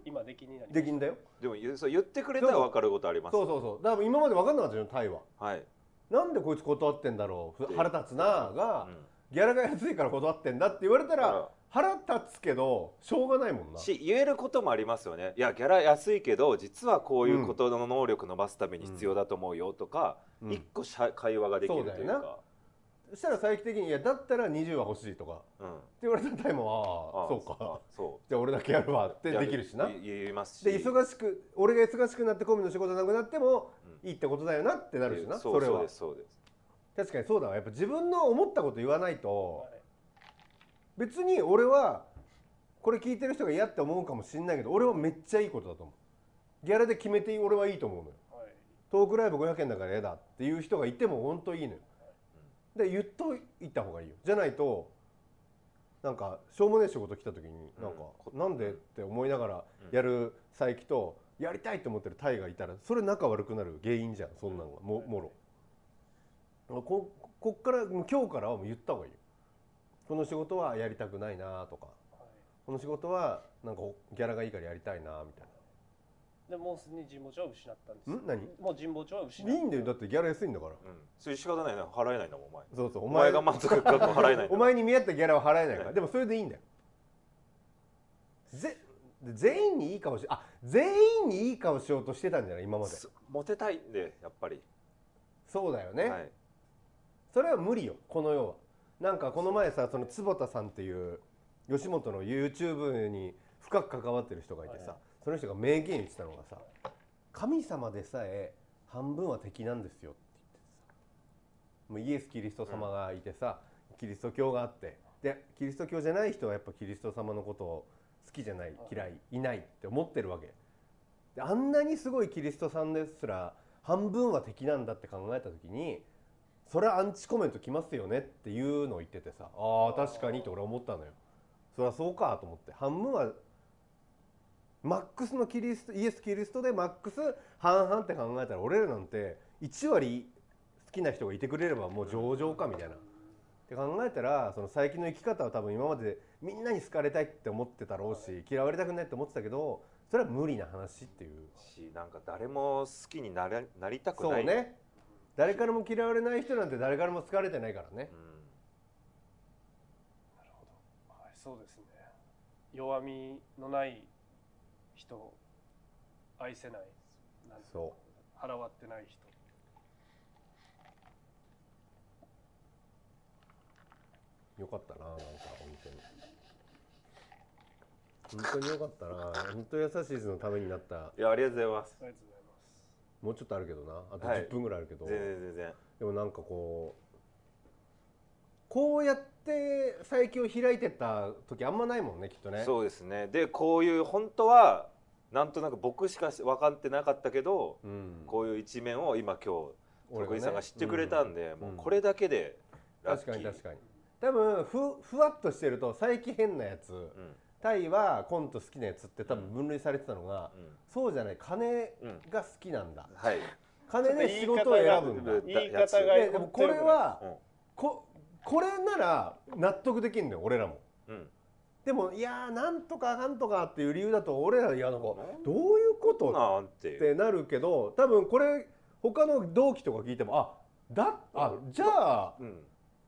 S2: 今できになりま
S1: で
S2: し
S1: きんだよ
S3: でも言うそう言ってくれたら分かることあります
S1: そうそうそうだから今まで分かんなかったじゃんタイは
S3: はい、
S1: なんでこいつ断ってんだろうふ腹立つなあ
S3: う
S1: が、
S3: ん
S1: ギャラが安いから断ってんだって言われた
S3: う
S1: ら
S3: ん
S1: 腹立つけどしょうがないもんな
S3: し言えることもありますよねいやギャラ安いけど実はこういうことの能力伸ばすために必要だと思うよとか、
S1: うん
S3: 一個しゃ会話ができると
S1: そ
S3: いうう
S1: だよ
S3: か
S1: そしたら最終的に「いやだったら20は欲しい」とか
S3: う、ん、
S1: って言われたらタイムはああ
S3: あ
S1: そうか
S3: そ
S1: じゃあ俺だけやるわっ
S3: う
S1: てできるしな
S3: や言いますし
S1: で忙しく俺が忙しくなってコンビの仕事なくなってもいいってことだよなってなるしな
S3: そう
S1: それ
S3: そう
S1: は
S3: ですそうです
S1: 確かにそうだわやっぱ自分の思ったこと言わない
S2: た
S1: と
S2: はい
S1: 別に俺はこれ聞いてる人が嫌って思うかもしんないけど俺はめっちゃいいことだと思うギャラで決めていい俺はいいと思うのよ
S2: はい
S1: トークライブ500円だから嫌だっていう人がいても本当いいのよで言っといた方がいいよじゃないとなんかしょうもねえ仕事来た時になんか、
S3: うん
S1: なんでって思いながらやる佐伯とやりたいと思ってるタイがいたらそれ仲悪くなる原因じゃんそんなのがももろここっからもう今日からはもう言った方がいいよこの仕事はやりたくないなとか
S2: はい
S1: この仕事はなんかギャラがいいからやりたいなみたい
S2: でもうすでに神保町は失ったんです
S1: ん何
S2: もう神保町は失っ
S1: な
S2: た
S1: いいんだよだってギャラ安いんだから
S3: うん、それ仕方ないな払えないんだもんお前
S1: そうそうお
S3: お
S1: 前
S3: 前が満足額を払えないんだ
S1: お前に見合ったギャラは払えないから、
S3: はい
S1: でもそれでいいんだよぜ全員にいい顔しあ全員にいい顔しようとしてたんじゃない今までそ
S3: そモテたいんでやっぱり
S1: うだよね、
S3: はい、
S1: それは無理よこの世はなんかこの前さその坪田さんっていう吉本の YouTube に深く関わってる人がいてさ、
S2: はい
S1: その人が名言言ってたのがさ「神様でさえ半分は敵なんですよ」って言ってさもうイエス・キリスト様がいてさ、キリスト教があってでキリスト教じゃない人はやっぱキリスト様のことを好きじゃない
S2: はい
S1: 嫌いいないって思ってるわけであんなにすごいキリストさんですら半分は敵なんだって考えた時にそれはアンチコメントきますよねっていうのを言っててさああ確かにって俺は思ったのよそりゃそうかと思って半分はマックスのキリストイエス・キリストでマックス半々って考えたら俺らなんて1割好きな人がいてくれればもう上々かみたいな。って考えたらその最近の生き方は多分今までみんなに好かれたいって思ってたろうし嫌われたくないって思ってたけどそれは無理な話っていう
S3: しなんか誰も好きになれなりたく
S1: そ
S3: な
S1: う
S3: い、
S1: ね誰からも嫌われない人なんて誰からも好かれてないからね
S3: うん
S2: はい、そうですね弱みのない人を愛せないなんて
S1: そ
S2: 払わってない人
S1: うよかったななんか本当に本当によかったな本当優しいズのためになった
S3: いやありがとうございます
S2: ありがとうございます
S1: もうちょっとあるけどなあと
S3: はい
S1: 10分ぐらいあるけど、
S3: 全然全然
S1: でもなんかこうこうやって佐伯を開いてった時あんまないもんねきっとね
S3: そうですねでこういう本当はなんとなく僕しかし分かってなかったけど、
S1: うん
S3: こういう一面を今今日
S1: 俺が
S3: 徳
S1: ね
S3: 井さんが知ってくれたんで、
S1: ん
S3: もうこれだけでラッ
S1: 確
S3: キー
S1: かに確かに多分ふふわっとしてると佐伯変なやつ、タイはコント好きなやつって多分分類されてたのが、そうじゃない金
S3: うん、うん、
S1: が好きなんだ
S3: はい、
S1: 金で仕事を選ぶんだ
S3: ちょっと
S2: 言い方が
S1: ででもこれは
S3: うん
S1: ここれなら納得できるのよ俺らも
S3: うん、
S1: でもいやーなんとかなんとかっていう理由だと俺らいやなんかどういうこと
S3: なんて
S1: っ
S3: い
S1: て
S3: う
S1: なるけど多分これ他の同期とか聞いてもあだあじゃあ
S3: うん、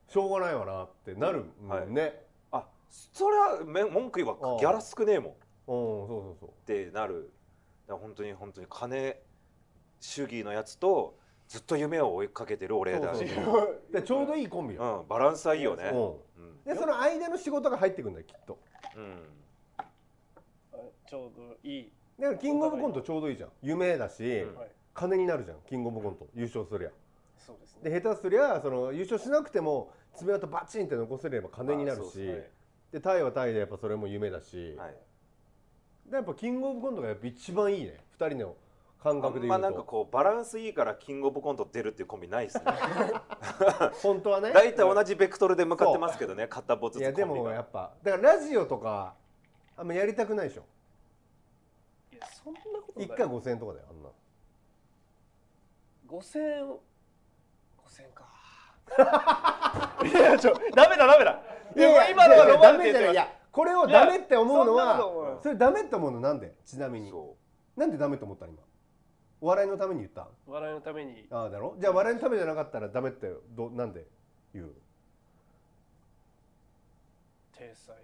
S1: しょうがないわなってなるもんね、
S3: あそれはめ文句言えば
S1: ああ
S3: ギャラ少ねえもん
S1: うん
S3: っ
S1: そうそうそう
S3: てなるだから本当に本当に金主義のやつとずっと夢を追いかけてる俺だ
S1: そう
S3: し
S1: そうでちょうどいいコンビよ、
S3: うん、バランスはいいよね、
S1: う
S3: うん
S1: ん、でその間の仕事が入ってくんだよきっと
S3: うん
S2: ちょうどいい、
S1: だからキングオブコントちょうどいいじゃん夢だし、
S3: うん
S2: はい、
S1: 金になるじゃんキングオブコント優勝すりゃ
S2: そうですね
S1: で下手すりゃその優勝しなくても爪痕バチンって残せれば金になる
S3: まあそう
S1: し、
S3: ですね
S1: でタイはタイでやっぱそれも夢だし、
S3: はい、
S1: でやっぱキングオブコントがやっぱ一番いいね2人の感
S3: あ
S1: 覚で
S3: ん
S1: 言
S3: ま
S1: う
S3: なんか
S1: と
S3: こうバランスいいからキングオブコント出るっていうコンビな いですね
S1: 本当はね
S3: 大体同じベクトルで向かってますけどね片棒ず
S1: い
S3: つ
S1: や
S3: コンビ
S1: で
S3: が
S1: もやっぱだからラジオとかあんまやりたくないでしょ
S2: いやそんなことない
S1: 1回5000円とかだよあんなの
S2: 5000円5000円か いやちょダメだダメだいやこれ今のは飲ま
S1: いやいやダメ
S2: れてる
S1: じゃないいやこれをダメって思うの
S2: そんなこと
S1: は
S2: 思わない
S1: それダメって思うのなんでちなみに
S3: そ
S1: なんでダメって思ったの今お笑いのために言った
S2: 笑いのために
S1: ああだろじゃあ笑いのためじゃなかったらダメってどなんで言う
S2: 体裁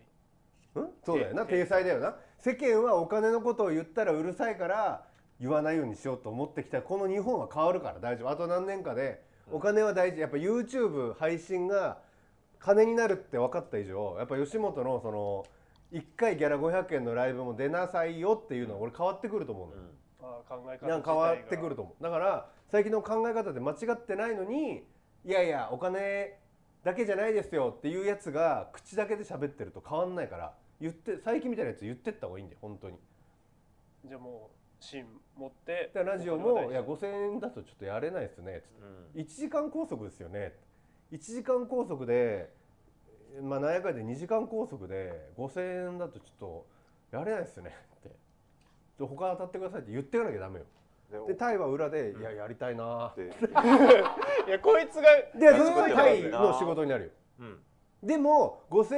S1: んそうだよな
S2: て
S1: 体裁だよな世間はお金のことを言ったらうるさいから言わないようにしようと思ってきたこの日本は変わるから大丈夫あと何年かでお金は大事やっぱ YouTube 配信が金になるって分かった以上やっぱ吉本のその1回ギャラ500円のライブも出なさいよっていうのは俺変わってくると思う
S3: う、
S1: の
S3: う
S1: よ、
S3: ん
S2: あー考え方
S1: なんか変わってくると思うだから最近の考え方で間違ってないのにいやいやお金だけじゃないですよっていうやつが口だけで喋ってると変わんないから言って最近みたいなやつ言ってった方がいいんだよ本当に
S2: じゃあもう芯持って
S1: だからラジオも「いや5000円だとちょっとやれないですね」っつって
S3: うん
S1: 1時間拘束ですよね1時間拘束でまあ何やかんやで2時間拘束で5000円だとちょっとやれないですねってちょ他当たってくださいって言っていかなきゃダメよ
S3: でお
S1: でタイは裏で「いややりたいな」
S3: で
S2: いやこいつが
S1: でそ
S3: あ
S1: れ
S3: そう
S1: は
S3: だ
S1: タイ
S3: よな
S1: の仕事になるよ
S3: うん
S1: でも5000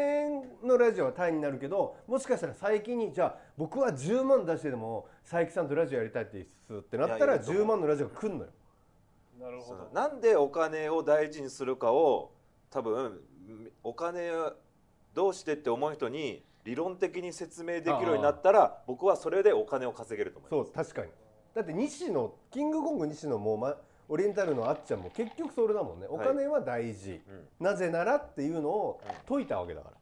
S1: 円のラジオはタイになるけどもしかしたら佐伯にじゃあ僕は10万出してでも佐伯さんとラジオやりたいって言いっすってなった
S3: いやい
S1: ら
S3: ると思う
S1: 10万のラジオが来んのよ
S2: なるほ
S3: そう
S2: ど
S3: なんでお金を大事にするかを多分お金どうしてって思う人に理論的に説明できるようになったら僕はそれでお金を稼げると思います
S1: そう確かにだって西野キングコング西野も、ま、オリエンタルのあっちゃんも結局それだもんねお金は大事、
S3: うん
S1: なぜならっていうのを解いたわけだから、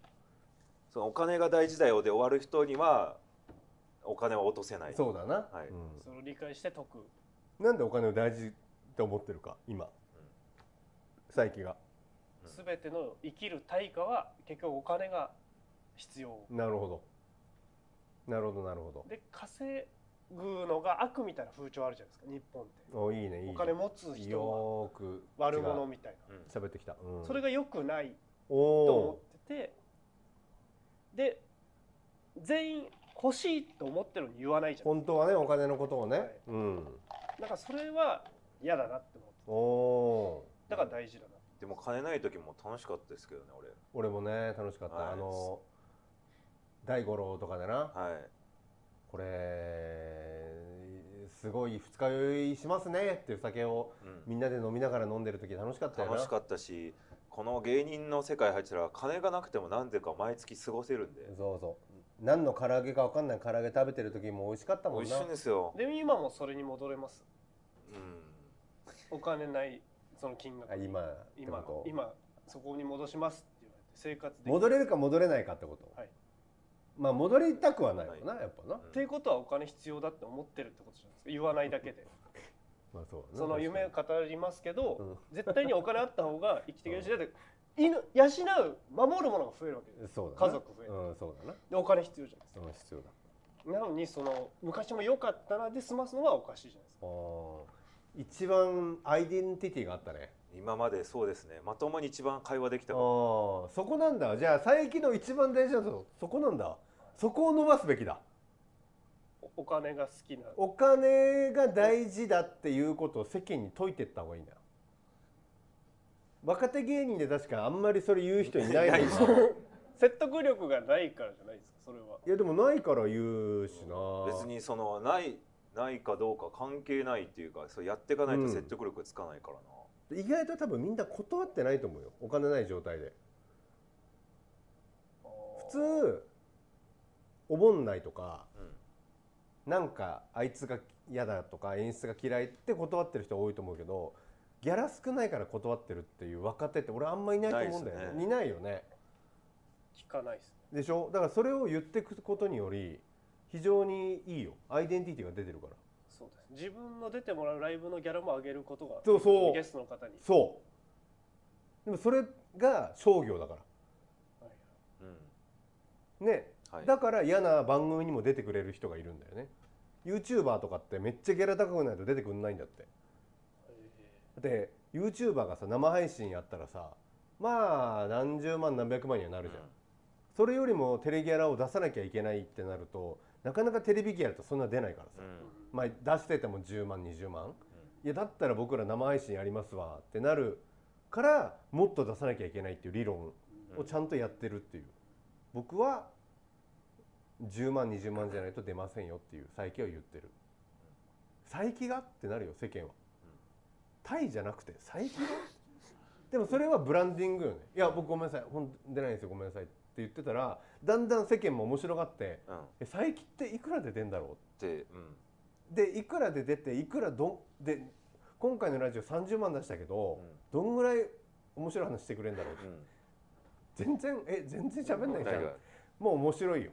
S3: そのお金が大事だよで終わる人にはお金は落とせない
S1: そうだな、
S3: はい
S1: うん
S2: それを理解して解く
S1: なんでお金を大事って思ってるか今佐伯が
S2: すべての生きる対価は結局お金が必要
S1: なるほどなるほどなるほど
S2: で稼ぐのが悪みたいな風潮あるじゃないですか日本って
S1: おいいねいいね
S2: お金持つ人
S1: よーく
S2: は悪者みたい
S3: うん
S1: 違う喋ってきた、うん
S2: なそれが良くない
S1: お
S2: と思
S1: お
S2: っててで全員欲しいと思ってるのに言わないじ
S1: ー
S2: ゃん
S1: 本当はねお金のことをね、
S2: はい
S1: うん
S2: だからそれは嫌だなって思って
S1: おおー
S2: だから大事だな
S3: でも金ない時も楽しかったですけどね俺
S1: 俺もね楽しかった、
S3: はい
S1: あの大五郎とかでな
S3: はい
S1: これすごい二日酔いしますねっていう酒を
S3: うん
S1: みんなで飲みながら飲んでる時楽しかったよな
S3: 楽しかったしこの芸人の世界入ってたら金がなくても何でか毎月過ごせるんで
S1: そうそう何の唐揚げか分かんない唐揚げ食べてる時も美味しかったも
S3: 美
S1: ん
S3: 味
S1: な
S3: しいんですよ、
S2: で今もそれに戻れます
S3: うん
S2: お金ないその金額
S1: あ今って
S2: 今
S1: こと
S2: 今そこに戻しますって言われて生活できる
S1: 戻れるか戻れないかってこと、
S2: はい
S1: まあ戻りたくはないよなやっぱな、
S2: っていうことはお金必要だって思ってるってことじゃないですか言わないだけで
S1: まあそうだな
S2: その夢を
S1: 確か
S2: 語りますけ
S1: う
S2: ど
S1: ん
S2: 絶対にお金あった方が生きていけるしだって犬養う守るものが増えるわけ
S1: に
S2: です
S1: そうだな
S2: 家族増える
S1: うんそうだな
S2: でお金必要じゃないです
S1: その必要だ
S2: かなのにその昔も良かったなで済ますのはおかしいじゃないですか
S1: あー一番アイデンティティがあったね
S3: 今までそうですねまともに一番会話でき
S1: あ
S3: たの
S1: ーそこなんだじゃあ佐伯の一番大事なとこそこなんだそこを伸ばすべきだ
S2: おお金が好きな
S1: お金が大事だっていうことを世間に解いてった方がいいんだよ若手芸人で確かあんまりそれ言う人いない もん
S3: いない
S1: な
S3: でしょ
S2: 説得力がないからじゃないですかそれはい
S1: やでもないから言うしな
S3: 別にそのないないかどうか関係ないっていうかそうやっていかないと説得力つかないからな、
S1: 意外と多分みんな断ってないと思うよお金ない状態で普通お盆ないとか
S3: うん
S1: なんかあいつが嫌だとか演出が嫌いって断ってる人多いと思うけどギャラ少ないから断ってるっていう若手って俺あんまいないと思うんだよ
S3: ないです
S1: ね
S3: ね
S1: いないよね
S2: 聞かないですね
S1: でしょだからそれを言っていくことにより非常にいいよアイデンティティが出てるから
S2: そうです自分の出てもらうライブのギャラも上げることが
S1: そうそう
S2: ゲストの方に、
S1: そうでもそれが商業だか
S2: はい
S3: うん
S1: らね
S3: はい、
S1: だから嫌な番組にも出てくれる人がいるんだよね YouTuber とかってめっちゃギャラ高くないと出てくんないんだってだって YouTuber がさ生配信やったらさまあ何十万何百万にはなるじゃん、
S3: うん
S1: それよりもテレギャラを出さなきゃいけないってなるとなかなかテレビギャラってそんな出ないから
S3: う
S1: さ、
S3: ん
S1: まあ出してても10万20万、いやだったら僕ら生配信やりますわってなるからもっと出さなきゃいけないっていう理論をちゃんとやってるっていう僕は10万20万じゃないと出ませんよっていう再起を言ってる再起がってなるよ世間はタイじゃなくて再起がでもそれはブランディングよねいや僕ごめんなさい本出ないんですよごめんなさいって言ってたらだんだん世間も面白がって
S3: うん、っ
S1: え再起っていくらで出んだろう
S3: て、うん、
S1: でいくらで出ていくらどんで今回のラジオ30万出したけど、
S3: うん
S1: どんぐらい面白い話してくれんだろうって
S3: う
S1: 全
S3: ん、
S1: 然え全然喋んないじゃ
S3: 誰
S1: ん
S3: が
S1: もう面白いよ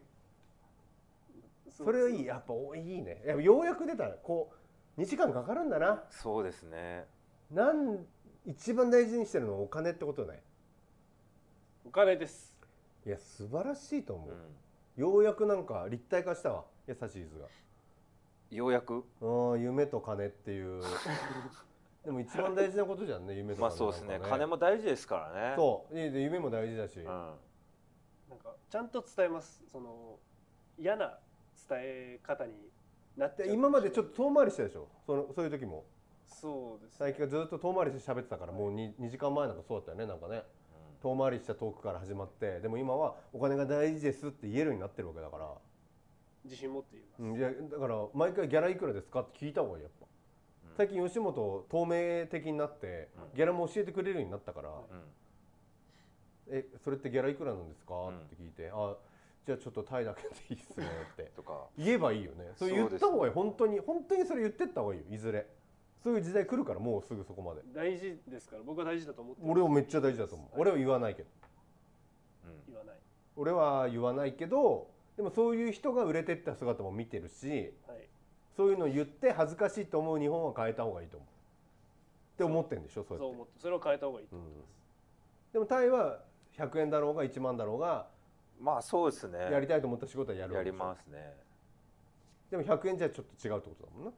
S1: それはいいやっぱおいいねいやようやく出たらこう2時間かかるんだな
S3: そうですね。
S1: なん一番大事にしてるのはお金ってことね
S2: お金です
S1: いや素晴らしいと思
S3: う
S1: う、
S3: ん、
S1: ようやくなんか立体化したわ優しい図が
S3: ようやく、
S1: うん夢と金っていう でも一番大事なことじゃんね夢と金
S3: まあそうですね
S1: なんか
S3: 金も大事ですからね。
S1: そうでで夢も大事だし、
S3: うん、
S2: なんかちゃんと伝えますその嫌な伝え方になって
S1: で今までちょっと遠回りしたでしょそのそういう時も
S2: そうです
S1: 最近はずっと遠回りして喋ってたからもう 2, 2時間前なんかそうだったよねなんかね遠回りしたトークから始まってでも今はお金が大事ですって言えるようになってるわけだから、
S2: 自信持って言います、
S1: うん、いやだから毎回ギャラいくらですかって聞いた方がいいやっぱ
S3: うん
S1: 最近吉本透明的になって
S3: うん
S1: ギャラも教えてくれるようになったから
S2: はい
S1: 「
S3: うん、
S1: えそれってギャラいくらなんですか?」
S3: うん
S1: って聞いて「あじゃあちょっとタイだけでいいっすね」って
S3: とか、
S1: 言えばいいよねそれ言った方がいい本当に本当にそれ言ってった方がいいよいずれそういう時代来るからもうすぐそこまで
S2: 大事ですから僕は大事だと思って
S1: 俺はめっちゃ大事だと思う俺は言わないけど
S3: うん、
S2: 言わない
S1: 俺は言わないけどでもそういう人が売れてった姿も見てるし
S2: はい
S1: そういうのを言って恥ずかしいと思う日本は変えた方がいいと思うって思ってんでしょそ
S2: そう
S1: うやって
S2: 思ってそれを変えた方がいいと思います、
S1: でもタイは100円だろうが1万だろうが
S3: まあそうですね。
S1: やりたいと思った仕事はやる
S3: や
S1: わけ
S3: り
S1: でしょ
S3: ますね。
S1: でも100円じゃちょっと違うってことだもんな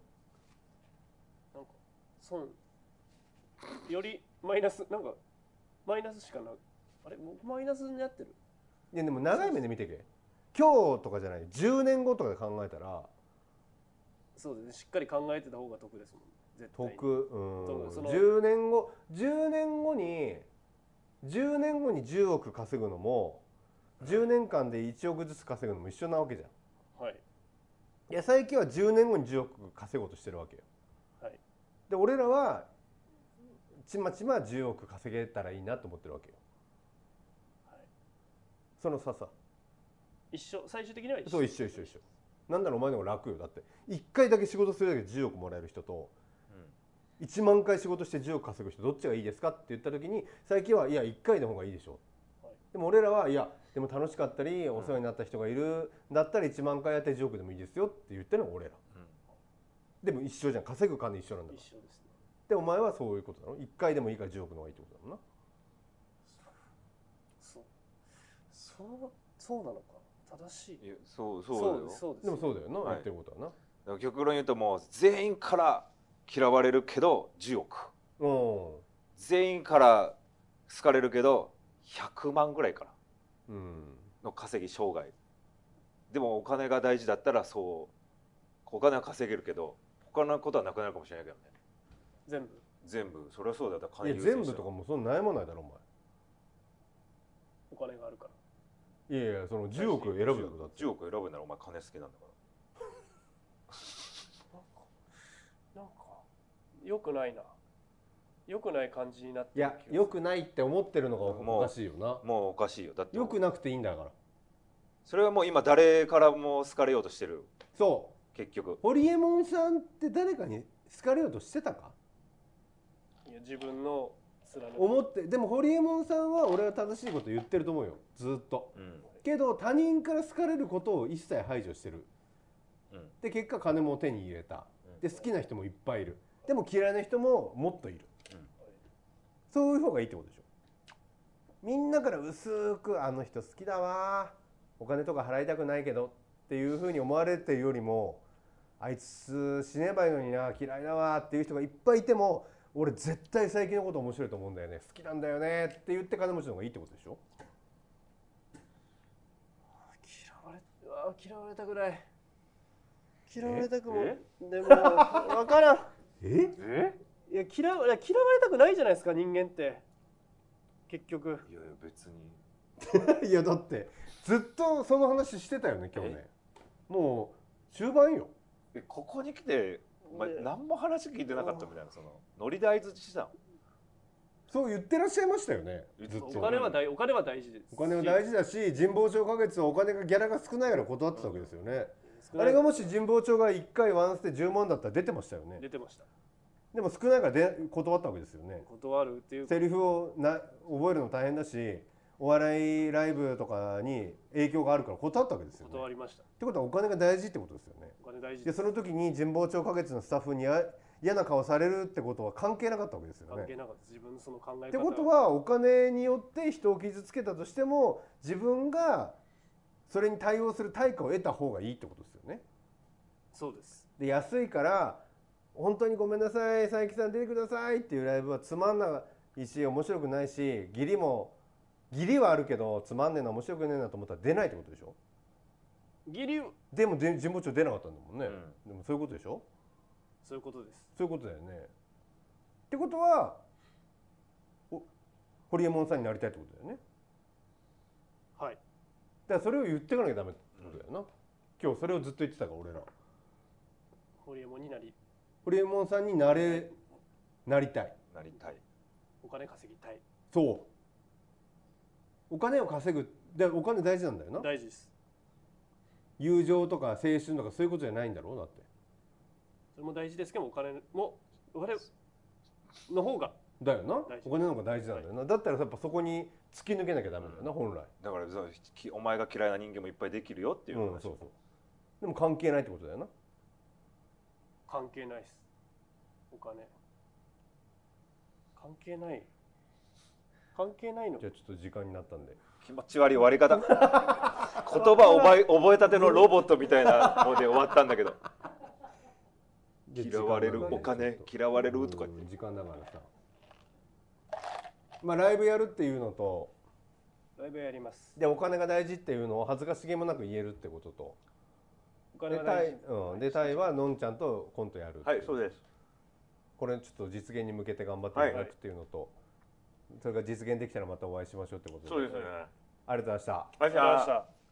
S2: なんか損よりマイナスなんかマイナスしかなあれ僕マイナスになってる
S1: いやでも長い目で見てけ今日とかじゃない10年後とかで考えたら
S2: そうですねしっかり考えてた方が得ですもん絶対に
S1: 得うん
S2: そうその
S1: 10年後10年後に10年後に10億稼ぐのも10年間で1億ずつ稼ぐのも一緒なわけじゃん
S2: はい
S1: いや最近は10年後に10億稼ごうとしてるわけよ
S2: はい
S1: で俺らはちまちま10億稼げたらいいなと思ってるわけよ
S2: はい
S1: その差さ
S2: 一緒最終的には一緒
S1: そう一緒一緒一緒なんだろうお前の方が楽よだって1回だけ仕事するだけで10億もらえる人と1万回仕事して10億稼ぐ人どっちがいいですかって言った時に最近はいや1回の方がいいでしょ
S2: はい
S1: でも俺らはいやでも楽しかったりお世話になった人がいるんだったら1万回やって10億でもいいですよって言ってるのが俺ら
S3: うん、うん
S1: でも一緒じゃん稼ぐ金一緒なんだか
S2: 一
S1: ら
S2: 緒ですね
S1: でお前はそういうことだろ1回でもいいから10億の方がいいってことだもんな
S2: そうそうそうなのか正しい
S3: いやそうそうだよ。
S2: そうです
S1: でもそうだよな、
S3: はい
S1: 言ってることはな
S3: だから極論言うともう全員から嫌われるけど10億
S1: う
S3: 全員から好かれるけど100万ぐらいから
S1: んうん
S3: の稼ぎ生涯でもお金が大事だったらそうお金は稼げるけど他のことはなくなるかもしれないけど
S2: 全
S3: ね
S2: 部
S3: 全部それはそうだよだから
S1: いや
S3: 金優先
S1: 全
S3: し
S1: 部
S3: た
S1: とかもうそんな悩まないだろお
S2: お金があるから
S1: 前いやいやその10億選ぶだろだって
S3: 10億選ぶならお前金好きなんだか
S2: なんかなんか良くないな良くない感じになって
S1: いやよくないって思ってるのが
S3: もう
S1: おかしいよな
S3: らもうおかしいよだって
S1: よくなくていいんだから
S3: それはもう今誰からも好かれようとしてる
S1: そう
S3: 結局
S1: ホリエモンさんって誰かに好かれようとしてたか
S2: いや自分の貫く
S1: 思ってでもホリエモンさんは俺は正しいこと言ってると思うよずっと
S3: うん
S1: けど他人から好かれることを一切排除してる
S3: うん
S1: で結果金も手に入れた
S3: うん
S1: で好きな人もいっぱいいるでも嫌いな人ももっといる、
S3: うん
S1: そういう方がいいってことでしょみんなから薄く「あの人好きだわお金とか払いたくないけど」っていうふうに思われてるよりも「あいつ死ねばいいのにな嫌いだわ」っていう人がいっぱいいても俺絶対最近のこと面白いと思うんだよね好きなんだよねって言って金持ちの方がいいってことでしょ
S2: 嫌われうわ嫌われたくない嫌われたくも
S3: え
S2: でも分からん
S1: え
S3: え
S2: いや嫌わいや嫌われたくないじゃないですか人間って結局
S3: いやいや別に
S1: いやだってずっとその話してたよね今日ねもう終盤よ
S3: えここに来て、まあ
S2: ね、
S3: 何も話聞いてなかったみたいなそのノリで相槌したの
S1: そう言ってらっしゃいましたよねずっ
S4: お
S1: と
S4: 金は大お金は大事です
S1: お金は大事だし人望町花月はお金がギャラが少ないから断ってたわけですよね、
S4: 少な
S1: あ
S4: い
S1: れがもし神保町が1回ワンステ10万だったら出てましたよね
S4: 出てました
S1: でも少ないからで断ったわけですよね
S4: 断るっていう
S1: セリフをな覚えるの大変だしお笑いライブとかに影響があるから断ったわけですよね
S4: 断りました
S1: ってことはお金が大事ってことですよね
S4: お金大事
S1: でその時に神保町花月のスタッフにあ嫌な顔されるってことは関係なかったわけですよ
S4: 関係
S1: ね。
S4: なかった自分のその考え方
S1: ってことはお金によって人を傷つけたとしても自分がそれに対応する対価を得た方がいいってことですよね。
S4: そうです
S1: で安いから本当にごめんなさい佐伯さん出てくださいっていうライブはつまんないし面白くないし義理も義理はあるけどつまんねえな面白くねえなと思ったら出ないってことでしょ
S4: 義理
S1: でもで神保町出なかったんだもんね、
S3: う
S1: でもそういうことでしょ
S4: そういうことです
S1: そういうことだよね。ってことはおホリエモンさんになりたいってことだよね。
S4: はい
S1: だからそれを言っていかなきゃダメってことだよな。今日それをずっと言ってたから俺ら。
S4: ホリエモンになり
S1: ホリエモンさんになれなりたい。
S3: なりたい
S4: お金稼ぎたい
S1: そう。お金を稼ぐ。でお金大事なんだよな。
S4: 大事です
S1: 友情とか青春とかそういうことじゃないんだろうなって。
S4: それも大事ですけどお金もお金の方が
S1: だよな
S4: 大。事
S1: お金の方が大事なんだよな。だったらやっぱそこに突き抜けなきゃダメだよな、本来。
S3: だからそのきお前が嫌いな人間もいっぱいできるよっていう話、
S1: うん、そうそう。でも関係ないってことだよな。
S4: 関係ないですお金関係ない関係ないの
S1: じゃあちょっと時間になったんで。
S3: 気持ち悪い終わ り方言葉を覚え覚えたてのロボットみたいなので終わったんだ けど嫌われるお金嫌われるとか言って
S1: うん時間だからさまあライブやるっていうのと
S4: ライブやります
S1: でお金が大事っていうのを恥ずかしげもなく言えるってことと
S4: お金
S1: で
S4: は
S1: タ
S4: 大
S1: イ
S4: 事、
S1: うん、でタイはのんちゃんとコントやる
S3: はいそうです
S1: これちょっと実現に向けて頑張っていただくっていうのと、それが実現できたらまたお会いしましょうってこと
S3: そうですね
S1: ありがとうございました
S2: 啊
S3: ありがとうございました
S4: た